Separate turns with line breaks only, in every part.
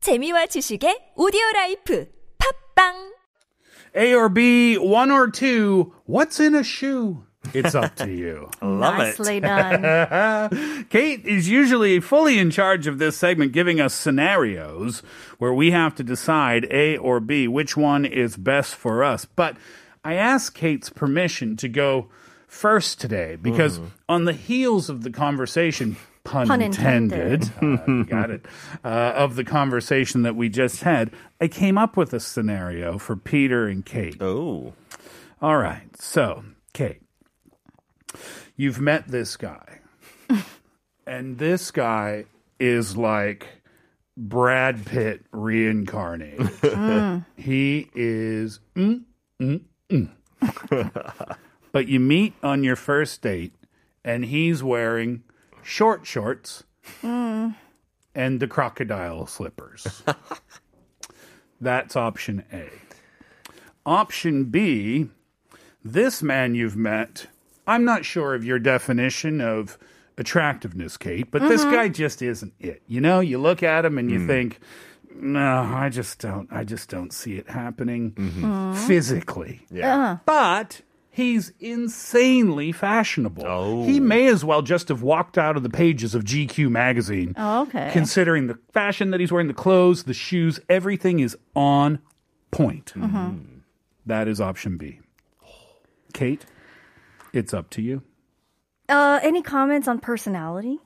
재미와 지식의 오디오 라이프 팝빵
A or B, one or two, what's in a shoe? It's up to you.
Love
Nicely done.
Kate is usually fully in charge of this segment, giving us scenarios where we have to decide A or B, which one is best for us. But I asked Kate's permission to go first today because on the heels of the conversation, pun,
Pun
intended,
intended.
uh, you got it, uh, of the conversation that we just had, I came up with a scenario for Peter and Kate.
it. Oh.
All right. So, Kate, you've met this guy. and this guy is like Brad Pitt reincarnated. He is. Mm, mm, mm. but you meet on your first date, and he's wearing short shorts and the crocodile slippers. That's option A. Option B, this man you've met, I'm not sure of your definition of attractiveness, Kate, but this
Mm-hmm.
guy just isn't it. You know, you look at him and
Hmm.
you think, no, I just don't, I just don't see it happening physically.
Mm-hmm.
Uh-huh.
Yeah.
But he's insanely fashionable.
Oh.
He may as well just have walked out of the pages of GQ magazine.
Oh, okay.
Considering the fashion that he's wearing, the clothes, the shoes, everything is on point.
Mm-hmm.
That is option B. Kate, it's up to you.
Uh, any comments on personality?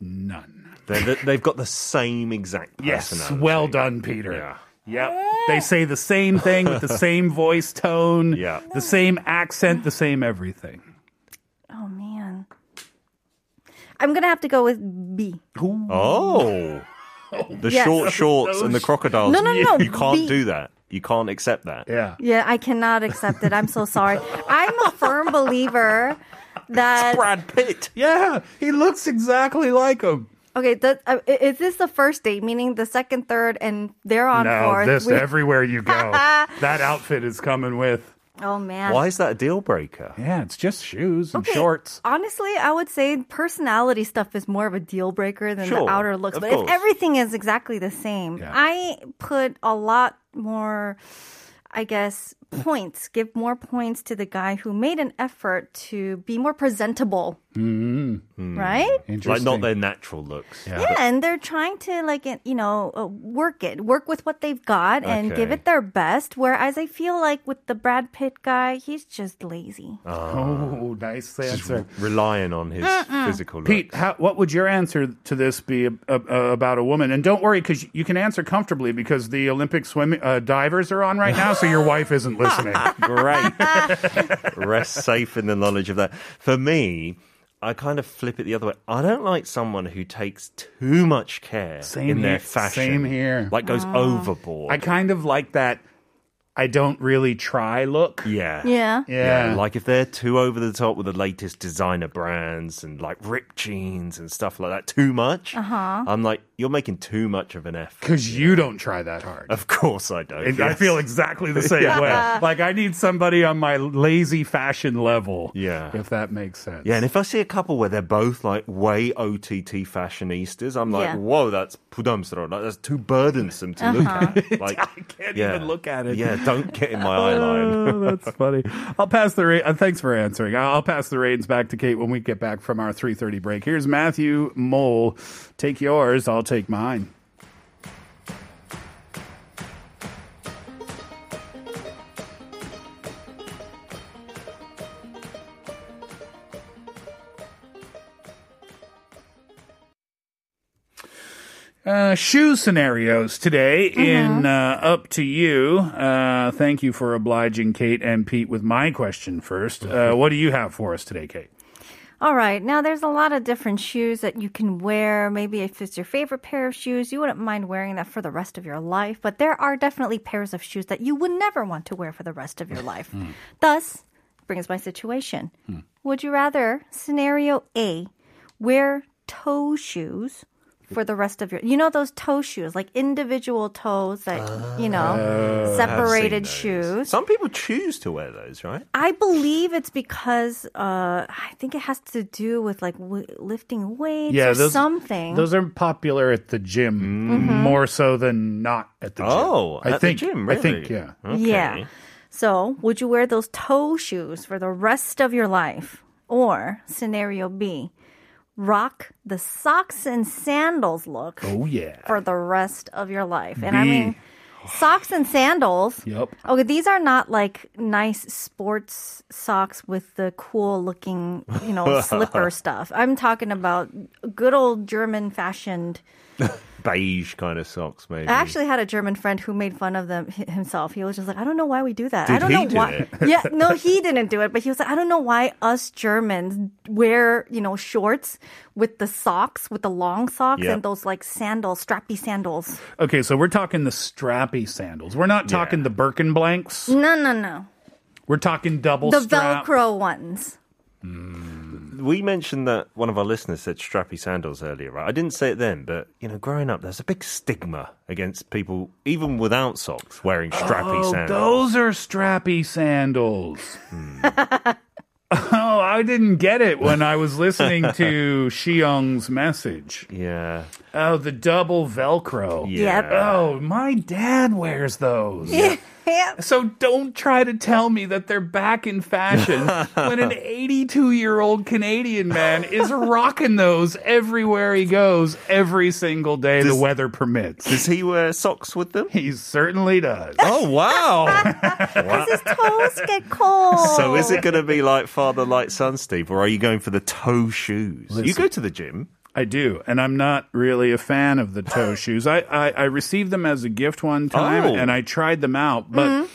None.
They're the, they've got the same exact
Yes.
personality.
Well done, Peter.
Yeah.
Yep. They say the same thing with the same voice tone,
Yeah.
the same accent, the same everything.
Oh man, I'm gonna have to go with B.
Oh. The
Yes.
short shorts and the crocodiles.
No, no, no, no.
You can't
Be-
do that. You can't accept that.
Yeah.
Yeah, I cannot accept it. I'm so sorry. I'm a firm believer that
Brad Pitt.
Yeah. He looks exactly like him.
okay. The, uh, i- is this the first date? Meaning the second, third, and they're on
No,
fourth.
this e-
We-
everywhere you go. that outfit is coming with.
oh man.
Why is that a deal breaker?
Yeah, it's just shoes and
Okay, Uh,
shorts.
Honestly, I would say personality stuff is more of a deal breaker than
Sure,
the outer looks.
of
But
course.
if everything is exactly the same,
Yeah.
I put a lot more, I guess, points, give more points to the guy who made an effort to be more presentable.
Mm-hmm.
Mm-hmm. Right?
Like, not their natural looks.
Yeah, and they're trying to like you know uh, work it, work with what they've got, and give
Okay.
it their best. Whereas I feel like with the Brad Pitt guy, he's just lazy.
Uh,
Oh, nice answer.
Relying on his physical looks.
Pete, how, what would your answer to this be ab- ab- uh, about a woman? And don't worry, because you can answer comfortably because the Olympic swim uh, divers are on right now, so your wife isn't listening.
Great. Rest safe in the knowledge of that. For me, I kind of flip it the other way. I don't like someone who takes too much care
Same
in
here.
their fashion.
Same here.
Like
Ah.
goes overboard.
I kind of like that. I don't really try. Look,
yeah.
Yeah.
yeah,
Like if they're too over the top with the latest designer brands and like ripped jeans and stuff like that, too much. Uh-huh. I'm like, you're making too much of an effort.
because you don't try that hard.
Of course I don't.
And I
yes.
feel exactly the same way. Like I need somebody on my lazy fashion level.
Yeah.
if that makes sense.
Yeah, and if I see a couple where they're both like way OTT fashionistas, I'm like,
Yeah.
whoa, that's pudumsro. Like, that's too burdensome to look at. Like,
Uh-huh. I can't even look at it.
Yeah, don't get in my eye line.
Oh, that's funny. I'll pass the re- uh, thanks for answering. I'll I'll pass the reins back to Kate when we get back from our 3:30 break. Here's Matthew Mole. Take yours, I'll take mine. Uh, shoe scenarios today
Uh-huh.
in uh, Up to You. Uh, thank you for obliging Kate and Pete with my question first. Uh, what do you have for us today, Kate?
All right. Now, there's a lot of different shoes that you can wear. Maybe if it's your favorite pair of shoes, you wouldn't mind wearing that for the rest of your life. But there are definitely pairs of shoes that you would never want to wear for the rest of your life. Thus, brings my situation. Would you rather, scenario A, wear toe shoes for the rest of your you know those toe shoes like individual toes that you know separated shoes
Some people choose to wear those, right?
I believe it's because uh, I think it has to do with like w- lifting weights or something.
Those are popular at the gym more so than not at the gym.
Mm-hmm. Oh,
I
at the
think.
gym,
I think.
really? Oh,
Yeah.
Yeah. So, would you wear those toe shoes for the rest of your life? Or scenario B, rock the socks and sandals look
Oh yeah.
for the rest of your life. And I
B.
mean, socks and sandals.
Yep.
Okay, these are not like nice sports socks with the cool looking, you know, slipper stuff. I'm talking about good old German fashioned.
Beige kind of socks, maybe.
I actually had a German friend who made fun of them hi- himself. He was just like, I don't know why we do that. I
Did
don't
he
know
do
why.
it?
Yeah, no, he didn't do it, but he was like, I don't know why us Germans wear, you know, shorts with the socks, with the long socks
Yep.
and those like sandals, strappy sandals.
Okay, so we're talking the strappy sandals. We're not talking the Birkin blanks.
No, no, no.
We're talking double
The
strap.
Velcro ones.
we mentioned that one of our listeners said strappy sandals earlier, right? I didn't say it then, but you know, growing up, there's a big stigma against people, even without socks, wearing strappy
Oh,
sandals.
those are strappy sandals. oh, I didn't get it when I was listening to Xiong's message.
Yeah.
Oh, the double Velcro.
Yep.
Yeah.
Oh, my dad wears those.
Yep.
So don't try to tell me that they're back in fashion when an 82 year old Canadian man is rocking those everywhere he goes, every single day the weather permits.
Does he wear socks with them?
He certainly does.
Oh wow!
His toes get cold.
so is it going to be like father, like son, Steve, or are you going for the toe shoes? You go to the gym.
I do, and I'm not really a fan of the toe shoes. I, I, I received them as a gift one time,
Oh. Mm-hmm.
and I tried them out, but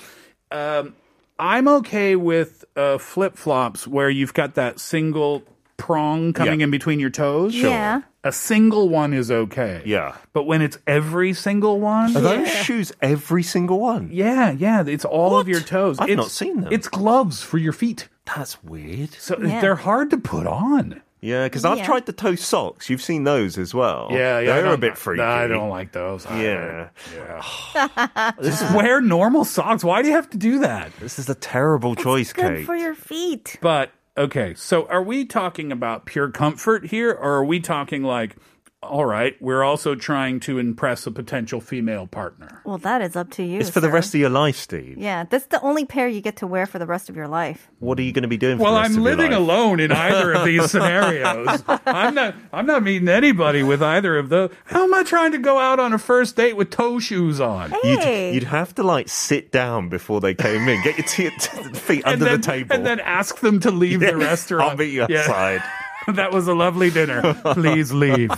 um, I'm okay with uh, flip flops where you've got that single prong coming
Yeah.
in between your toes.
Yeah.
A single one is okay.
Yeah.
But when it's every single one,
Are those shoes every single one?
yeah, yeah, it's all of
What?
your toes.
I've
it's,
not seen them.
It's gloves for your feet.
That's weird.
So
Yeah.
they're hard to put on.
Yeah, because I've
Yeah.
tried the toe socks. You've seen those as well.
I
They're a
don't-
bit freaky.
I don't like those. either.
Yeah.
Just wear normal socks. Why do you have to do that?
This is a terrible choice, Kate.
Good for your feet.
But okay, so are we talking about pure comfort here, or are we talking like, all right, we're also trying to impress a potential female partner?
Well, that is up to you.
It's for the
sir.
rest of your life, Steve.
Yeah, that's the only pair you get to wear for the rest of your life.
What are you going to be doing for
Well,
the
I'm
rest of your
living
life?
alone in either of these scenarios. I'm not. I'm not meeting anybody with either of those. How am I trying to go out on a first date with toe shoes on?
You'd,
Hey.
you'd have to like sit down before they came in. Get your t- t- feet
And
under
then,
the table.
and then ask them to leave the restaurant.
I'll meet you
Yeah.
outside.
that was a lovely dinner. Please leave.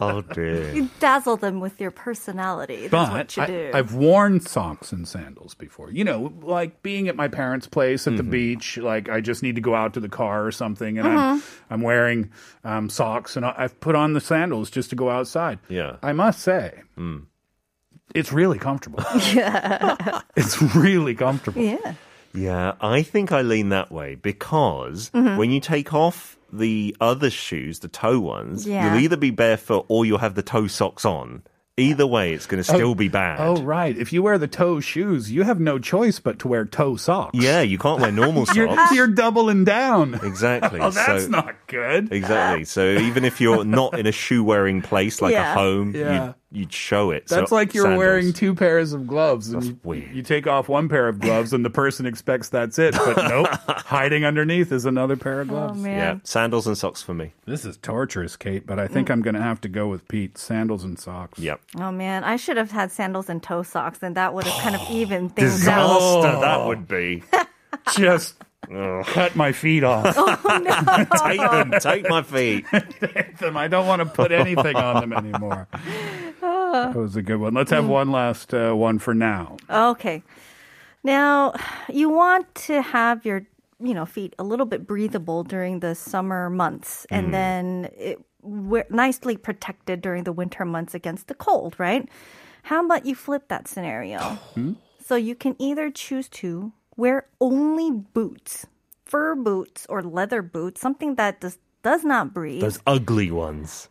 Oh dear.
You dazzle them with your personality. That's what
But
you
I,
do.
I've worn socks and sandals before. You know, like being at my parents' place at the
Mm-hmm.
beach, like I just need to go out to the car or something, and
Uh-huh.
I'm, I'm wearing um, socks and I- I've put on the sandals just to go outside.
Yeah. Mm.
I must say, it's really comfortable. it's really comfortable.
yeah.
Yeah, I think I lean that way because
Mm-hmm.
when you take off the other shoes, the toe ones,
Yeah.
you'll either be barefoot or you'll have the toe socks on. Either way, it's going to still be bad.
Oh, right. If you wear the toe shoes, you have no choice but to wear toe socks.
Yeah, you can't wear normal socks.
You're, you're doubling down.
Exactly.
Oh, that's
so,
not good.
Exactly. So even if you're not in a shoe wearing place like
Yeah.
a home,
Yeah.
you'd, you'd show it.
That's
So,
like you're
sandals.
wearing two pairs of gloves. And
That's
you,
weird.
you take off one pair of gloves and the person expects that's it. But nope, hiding underneath is another pair of
Oh
gloves.
yeah,
man.
sandals and socks for me.
This is torturous, Kate, but I think I'm going to have to go with Pete. Sandals and socks.
Yep.
Oh man. I should have had sandals and toe socks, and that would have kind of evened things
Disaster
out.
Oh.
that would be.
Just cut my feet off
Take them. Take my feet.
them. I don't want to put anything on them anymore.
Ah.
That was a good one. Let's have one last uh, one for now.
Okay. Now, you want to have your, you know, feet a little bit breathable during the summer months
Mm.
and then it, we nicely protected during the winter months against the cold, right? How about you flip that scenario?
Hmm?
So you can either choose to wear only boots, fur boots or leather boots, something that does does not breathe.
Those ugly ones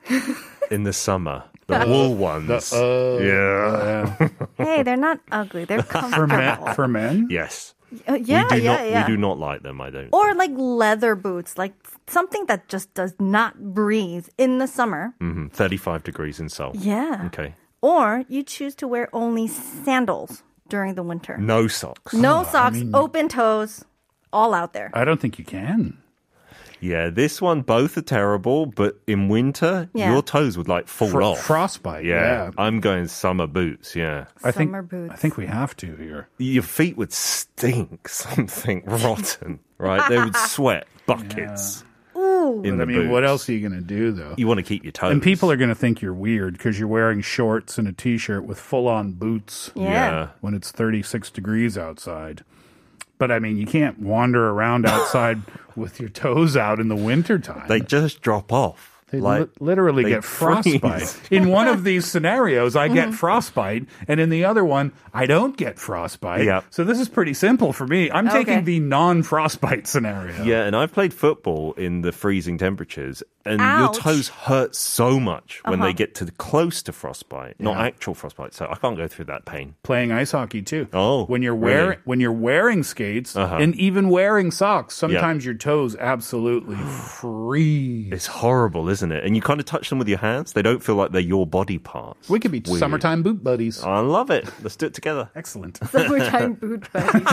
in the summer. The wool ones. yeah.
Yeah.
hey, they're not ugly. They're
for
comfortable.
men, for men?
Yes.
Uh, yeah,
we do
yeah,
not
yeah.
we do not like them, I don't.
or like leather boots, like something that just does not breathe in the summer.
Mhm. 35 degrees in Seoul.
Yeah.
Okay.
Or you choose to wear only sandals during the winter.
No socks.
No socks, open toes, all out there.
I don't think you can.
Yeah, this one both are terrible, but in winter
Yeah.
your toes would like fall
Fro-
off.
Frostbite. Yeah.
yeah. I'm going summer boots, yeah.
I think,
Summer boots.
I think we have to here.
Your feet would stink something rotten, right? They would sweat buckets.
Ooh.
In
But I
the
mean, what
boots.
else are you going to do, though?
You want to keep your toes.
and people are going to think you're weird because you're wearing shorts and a t shirt with full on boots
Yeah.
when it's 36 degrees outside. But I mean, you can't wander around outside with your toes out in the wintertime.
They just drop off.
They
like
li- literally
they
get frostbite.
freeze. Mm-hmm.
in one of these scenarios, I get frostbite, and in the other one, I don't get frostbite.
Yeah.
So this is pretty simple for me. I'm
Okay.
taking the non-frostbite scenario.
Yeah, and I've played football in the freezing temperatures, and your
Ouch. Uh-huh.
toes hurt so much when they get to the, close to frostbite, not actual frostbite. So I can't go through that pain.
Playing ice hockey too.
Oh,
when you're
really? Uh-huh.
wearing when you're wearing skates and even wearing socks, sometimes your toes absolutely freeze.
It's horrible, isn't it? And you kind of touch them with your hands; they don't feel like they're your body parts.
We could be
Weird. Oh.
summertime boot buddies.
I love it. Let's do it together.
Excellent.
Summertime boot buddies.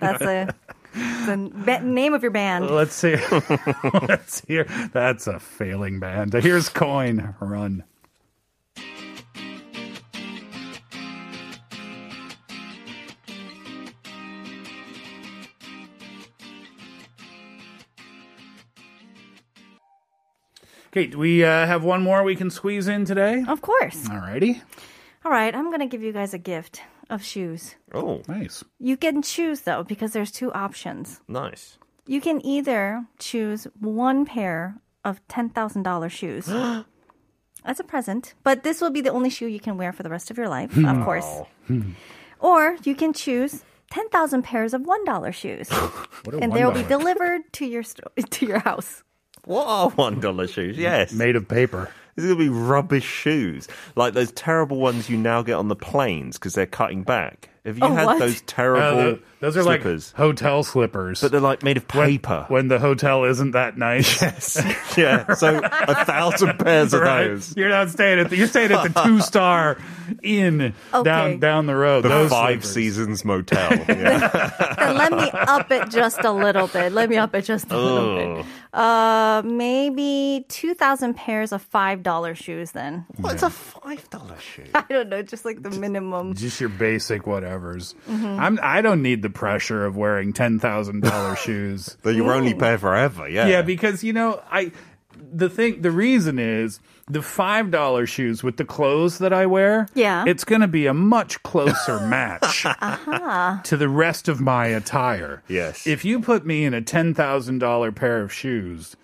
That's a, the ba- name of your band.
Let's see. Let's hear. That's a failing band. Here's Coin Run. Okay, do we uh, have one more we can squeeze in today?
Of course.
Alrighty.
All right, I'm going to give you guys a gift of shoes.
Oh,
Nice.
You can choose though, because there's two options.
nice.
You can either choose one pair of $10,000 shoes as a present, but this will be the only shoe you can wear for the rest of your life,
Hmm.
of course. Or you can choose 10,000 pairs of $1 shoes,
What a
and they will be
$1.
delivered to your sto- to your house.
What are one dollar shoes? Yes,
made of paper.
These are gonna be rubbish shoes, like those terrible ones you now get on the planes because they're cutting back. Have you
Oh,
had
what?
those
Uh,
terrible?
th- those are
slippers?
like hotel slippers.
but they're like made of paper.
When the hotel isn't that nice.
yeah, so a thousand pairs of
Right?
those.
You're not staying at the, you're staying at the two star inn
Okay.
down down the road.
The
Those
Five
slippers.
Seasons Motel. Yeah.
Then let me up it just a little bit. Let me up it just a little
Oh.
bit. Uh, maybe 2,000 pairs of $5 shoes then.
What's a five dollar shoe?
I don't know, just like the minimum.
Just your basic whatevers. I'm- I don't need the pressure of wearing ten thousand dollar shoes.
That you only pay forever. Yeah.
Yeah, because you know, I the thing the reason is the five dollar shoes with the clothes that I wear.
Yeah.
it's going to be a much closer match to the rest of my attire.
Yes.
if you put me in a ten thousand dollar pair of shoes.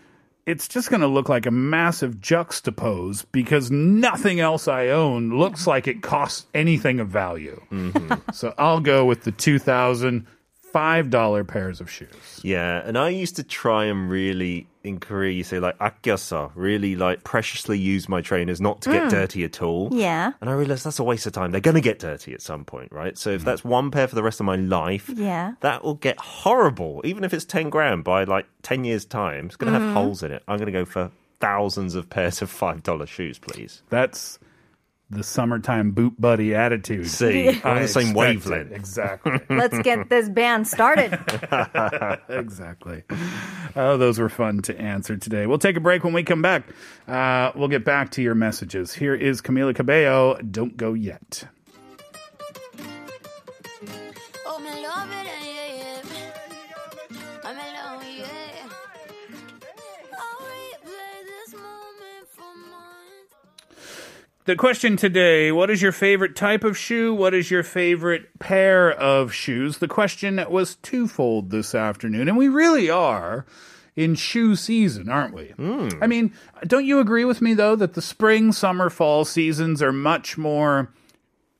It's just going to look like a massive juxtapose because nothing else I own looks like it costs anything of value.
Mm-hmm.
so I'll go with the two thousand five dollar pairs of shoes.
Yeah, and I used to try and really encourage, say like akyasa, really like preciously use my trainers not to get dirty at all.
Mm. Yeah.
And I realized that's a waste of time. They're going to get dirty at some point, right? So if that's one pair for the rest of my life,
Mm. Yeah.
that will get horrible. Even if it's 10 grand by like 10 years' time, it's going to have
Mm-hmm.
holes in it. I'm going to go for thousands of pairs of $5 shoes, please.
That's the summertime boot buddy attitude.
See, we're on
I
the
expected.
same wavelength.
Exactly.
Let's get this band started.
exactly. Oh, those were fun to answer today. We'll take a break when we come back. Uh, we'll get back to your messages. Here is Camila Cabello. Don't go yet.
Oh, I'm in love with it, yeah, yeah. I'm in love, yeah. I'll replay this moment for months.
The question today What is your favorite type of shoe? What is your favorite pair of shoes? The question was twofold this afternoon, and we really are in shoe season, aren't we? I mean, don't you agree with me, though, that the spring, summer, fall seasons are much more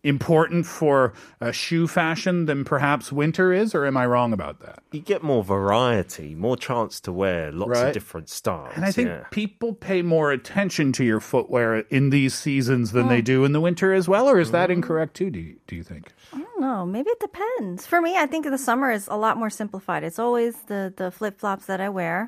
important for uh, shoe fashion than perhaps winter is, or am I wrong about that?
You get more variety, more chance to wear lots
Right.
of different styles.
And I think
yeah.
people pay more attention to your footwear in these seasons than they do in the winter as well, or is that incorrect too? Do you, do you think?
don't know. Maybe it depends. For me, I think the summer is a lot more simplified. It's always the the flip flops that I wear.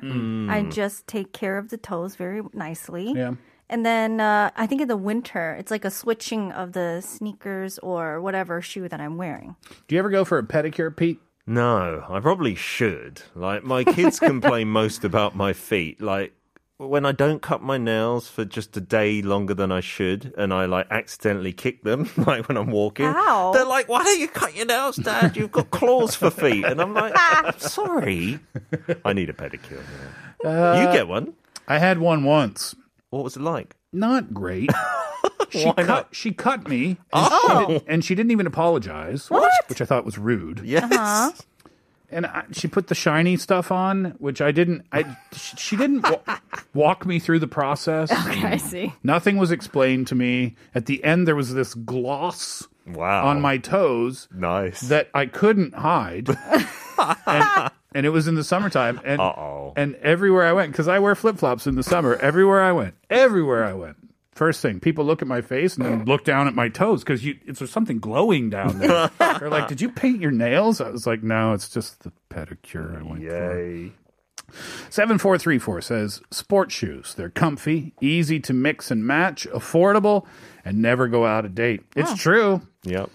I just take care of the toes very nicely.
Yeah.
And then uh, I think in the winter, it's like a switching of the sneakers or whatever shoe that I'm wearing.
Do you ever go for a pedicure, Pete?
No, I probably should. Like my kids complain most about my feet. Like when I don't cut my nails for just a day longer than I should, and I like accidentally kick them, like when I'm walking.
Ow.
They're like, "Why don't you cut your nails, Dad? You've got claws for feet." And I'm like, "I'm "Sorry, I need a pedicure." yeah.
Uh,
you get one.
I had one once.
What was it like?
Not great. She
Why
cut.
not? Oh.
She cut me, and, she didn't, and she didn't even apologize, which I thought was rude.
Yes.
and I, she put the shiny stuff on, which I didn't. I sh- she didn't wa- walk me through the process.
I see.
Nothing was explained to me. At the end, there was this gloss
Wow.
on my toes
nice.
that I couldn't hide. and, and it was in the summertime, and
Uh-oh.
and everywhere I went, because I wear flip flops in the summer. Everywhere I went, everywhere I went. First thing, people look at my face and then look down at my toes because you it's there's something glowing down there. They're like, "Did you paint your nails?" I was like, "No, it's just the pedicure I went for."
Yay.
7434 says sports shoes. They're comfy, easy to mix and match, affordable, and never go out of date. It's true.
Yep.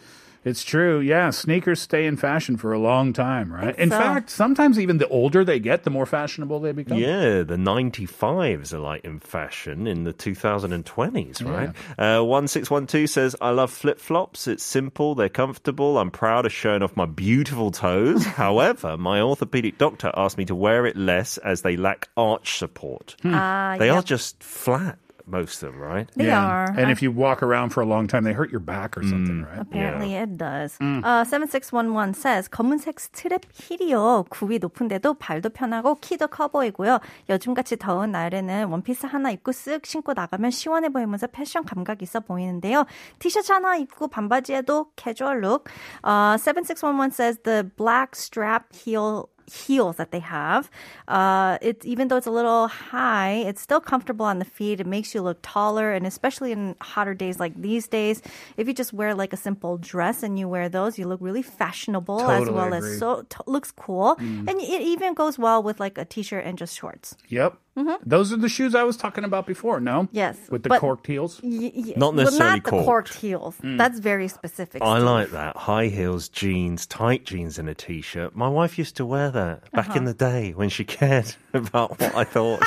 It's true. Yeah. Sneakers stay in fashion for a long time, right? In
so.
fact, sometimes even the older they get, the more fashionable they become.
Yeah, the 95s are like in fashion in the 2020s, right? Uh, 1612 says, I love flip flops. It's simple, they're comfortable. I'm proud of showing off my beautiful toes. However, my orthopedic doctor asked me to wear it less as they lack arch support.
Uh,
They
yeah,
are just flat, most of them, right?
they
Yeah.
are.
Mm. And if you walk around for a long time, they hurt your back or something, right?
Apparently it does. Uh, 7611 says 검은색 스트랩 힐이요. 굽이 높은데도 발도 편하고 키도 커 보이고요. 요즘같이 더운 날에는 원피스 하나 입고 쓱 신고 나가면 시원해 보이면서 패션 감각 있어 보이는데요. 티셔츠 하나 입고 반바지에도 캐주얼 룩. Uh, 7611 says the black strap heel heels that they have. Uh, it's even though it's a little high, it's still comfortable on the feet. It makes you look taller, and especially in hotter days like these days, if you just wear like a simple dress and you wear those, you look really fashionable as
Totally
well
agree.
as so t- looks cool,
Mm.
and it even goes well with like a t-shirt and just shorts.
Yep. Those are the shoes I was talking about before, no?
Mm-hmm. Yes,
With the
but-
corked heels?
Y- y-
Not
well,
necessarily
not the
corked.
corked heels. That's very specific.
I
Steve.
like that. High heels, jeans, tight jeans, and a t shirt. My wife used to wear that back in the day when she cared about what I thought.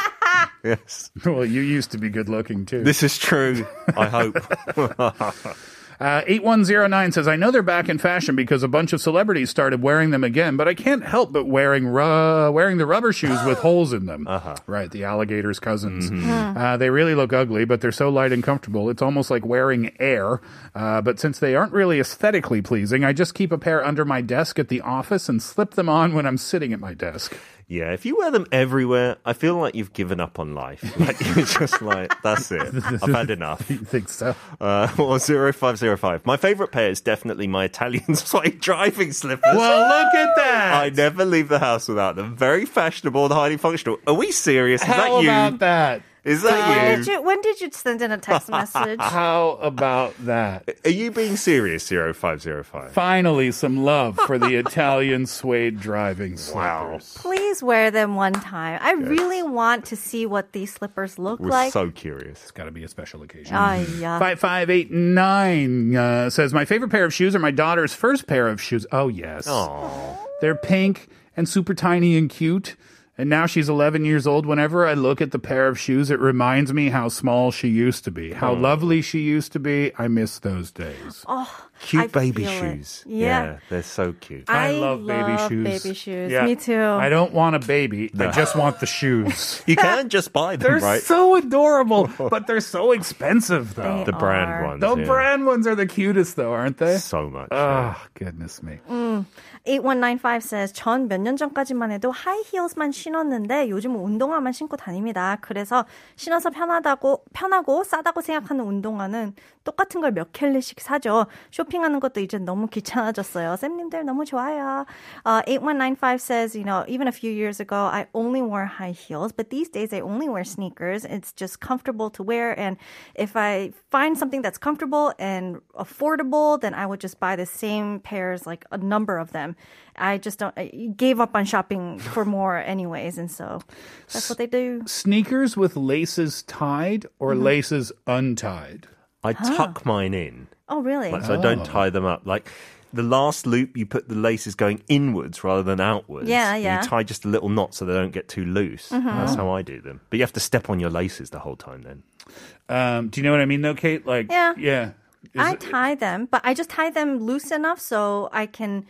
yes.
well, you used to be good looking too.
This is true, I hope.
Uh, 8109 says, I know they're back in fashion because a bunch of celebrities started wearing them again, but I can't help but wearing ru- wearing the rubber shoes with holes in them. Uh-huh. Right, the alligator's cousins. Uh, they really look ugly, but they're so light and comfortable. It's almost like wearing air. Uh, but since they aren't really aesthetically pleasing, I just keep a pair under my desk at the office and slip them on when I'm sitting at my desk.
yeah, if you wear them everywhere, I feel like you've given up on life. Like, you're just like, that's it. I've had enough.
You think so?
Uh, or 0505. My favourite pair is definitely my Italian suede driving slippers.
Well, look at that.
I never leave the house without them. Very fashionable and highly functional. Are we serious? Is
How
that you?
about that?
Is
When
that
did
you?
you when did you send in a text message?
How about that?
Are you being serious, 0505?
Finally, some love for the Italian suede driving
Wow.
slippers.
Please wear them one time. I really want to see what these slippers look
We're
like.
so curious.
It's got to be a special occasion.
Ah, yeah.
5589 uh, says, My favorite pair of shoes are my daughter's first pair of shoes. Oh, yes. They're pink and super tiny and cute. And now she's 11 years old. Whenever I look at the pair of shoes, it reminds me how small she used to be, how lovely she used to be. I miss those days.
Cute
I
baby
feel it.
shoes.
Yeah.
they're so cute.
I love baby shoes.
baby shoes.
Yeah.
Me too.
I don't want a baby. I just want the shoes.
You can just buy them,
They're
right?
so adorable, but they're so expensive, though.
the brand
are.
ones.
The
yeah.
brand ones are the cutest, though, aren't they?
So much. yeah.
Oh, goodness me.
8195 says 전 몇 년 전까지만 해도 하이힐스만 신었는데 요즘은 운동화만 신고 다닙니다. 그래서 신어서 편하다고 편하고 싸다고 생각하는 운동화는 똑같은 걸 몇 켤레씩 사죠. 쇼핑하는 것도 이제 너무 귀찮아졌어요. 쌤님들 너무 좋아요. Uh, 8195 says, you know, even a few years ago I only wore high heels, but these days I only wear sneakers. It's just comfortable to wear and if I find something that's comfortable and affordable, then I would just buy the same pairs, like a number of them. I just don't I gave up on shopping for more anyways, and so that's what they do.
Sneakers with laces tied or
Mm-hmm.
laces untied?
I tuck mine in,
Oh, really?
uh,
like, so I don't tie them up. Like the last loop, you put the laces going inwards rather than outwards.
Yeah,
And
yeah. Mm-hmm.
You tie just a little knot so they don't get too loose. That's how I do them. But you have to step on your laces the whole time then.
Um, do you know what I mean, though, Kate? Like,
Yeah.
yeah. Is
I
it- Uh,
tie them, but I just tie them loose enough so I can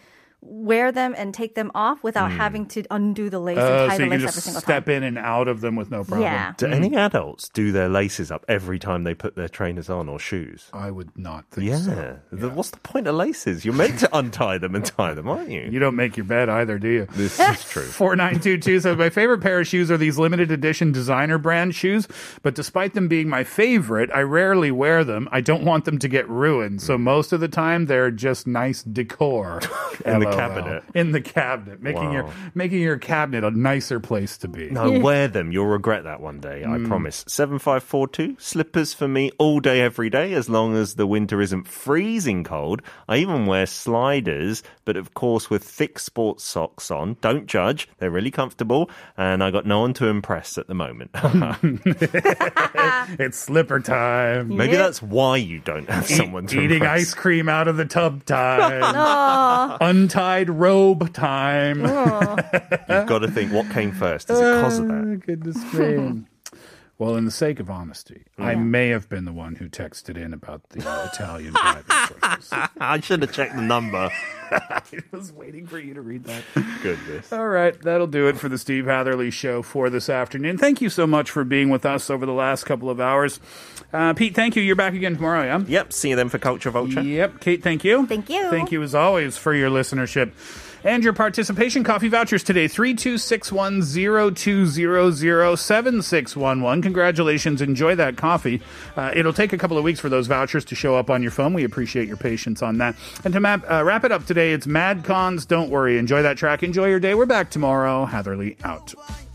wear them and take them off without having to undo the lace
Oh,
and tie
Hmm. so you
the
can
lace every
just
single
step
time.
in and out of them with no problem.
Yeah.
Do any adults do their laces up every time they put their trainers on or shoes?
I would not think
Yeah.
so.
The- What's the point of laces? You're meant to untie them and tie them, aren't you?
You don't make your bed either, do you?
This is true.
4922 says, My favorite pair of shoes are these limited edition designer brand shoes, but despite them being my favorite, I rarely wear them. I don't want them to get ruined.
Hmm.
So most of the time, they're just nice decor.
In the
LOL.
cabinet.
In the cabinet. Making, your,
Wow.
making your cabinet a nicer place to be.
No, wear them. You'll regret that one day, I promise. 7542, slippers for me all day, every day, as long as the winter isn't freezing cold. I even wear sliders, but of course with thick sports socks on. Don't judge, they're really comfortable, and I got no one to impress at the moment.
It's slipper time.
Maybe that's why you don't have someone to
Eating
impress.
ice cream out of the tub time. Untied robe time.
You've got to think what came first. Is it cause of that?
Oh, goodness me. well, in the sake of honesty, I may have been the one who texted in about the uh, Italian driving courses.
I should have checked the number.
I was waiting for you to read that.
Goodness.
All right, that'll do it for the Steve Hatherley Show for this afternoon. Thank you so much for being with us over the last couple of hours. Uh, Pete, thank you. You're back again tomorrow, yeah?
Yep, see you then for Culture Vulture.
Yep. Kate, thank you.
Thank you.
Thank you, as always, for your listenership and your participation. Coffee vouchers today 326102007611. Congratulations. Enjoy that coffee. Uh, it'll take a couple of weeks for those vouchers to show up on your phone. We appreciate your patience on that. And to map, uh, wrap it up today, it's Mad Cons. Don't worry. Enjoy that track. Enjoy your day. We're back tomorrow. Hatherley out.
Boy,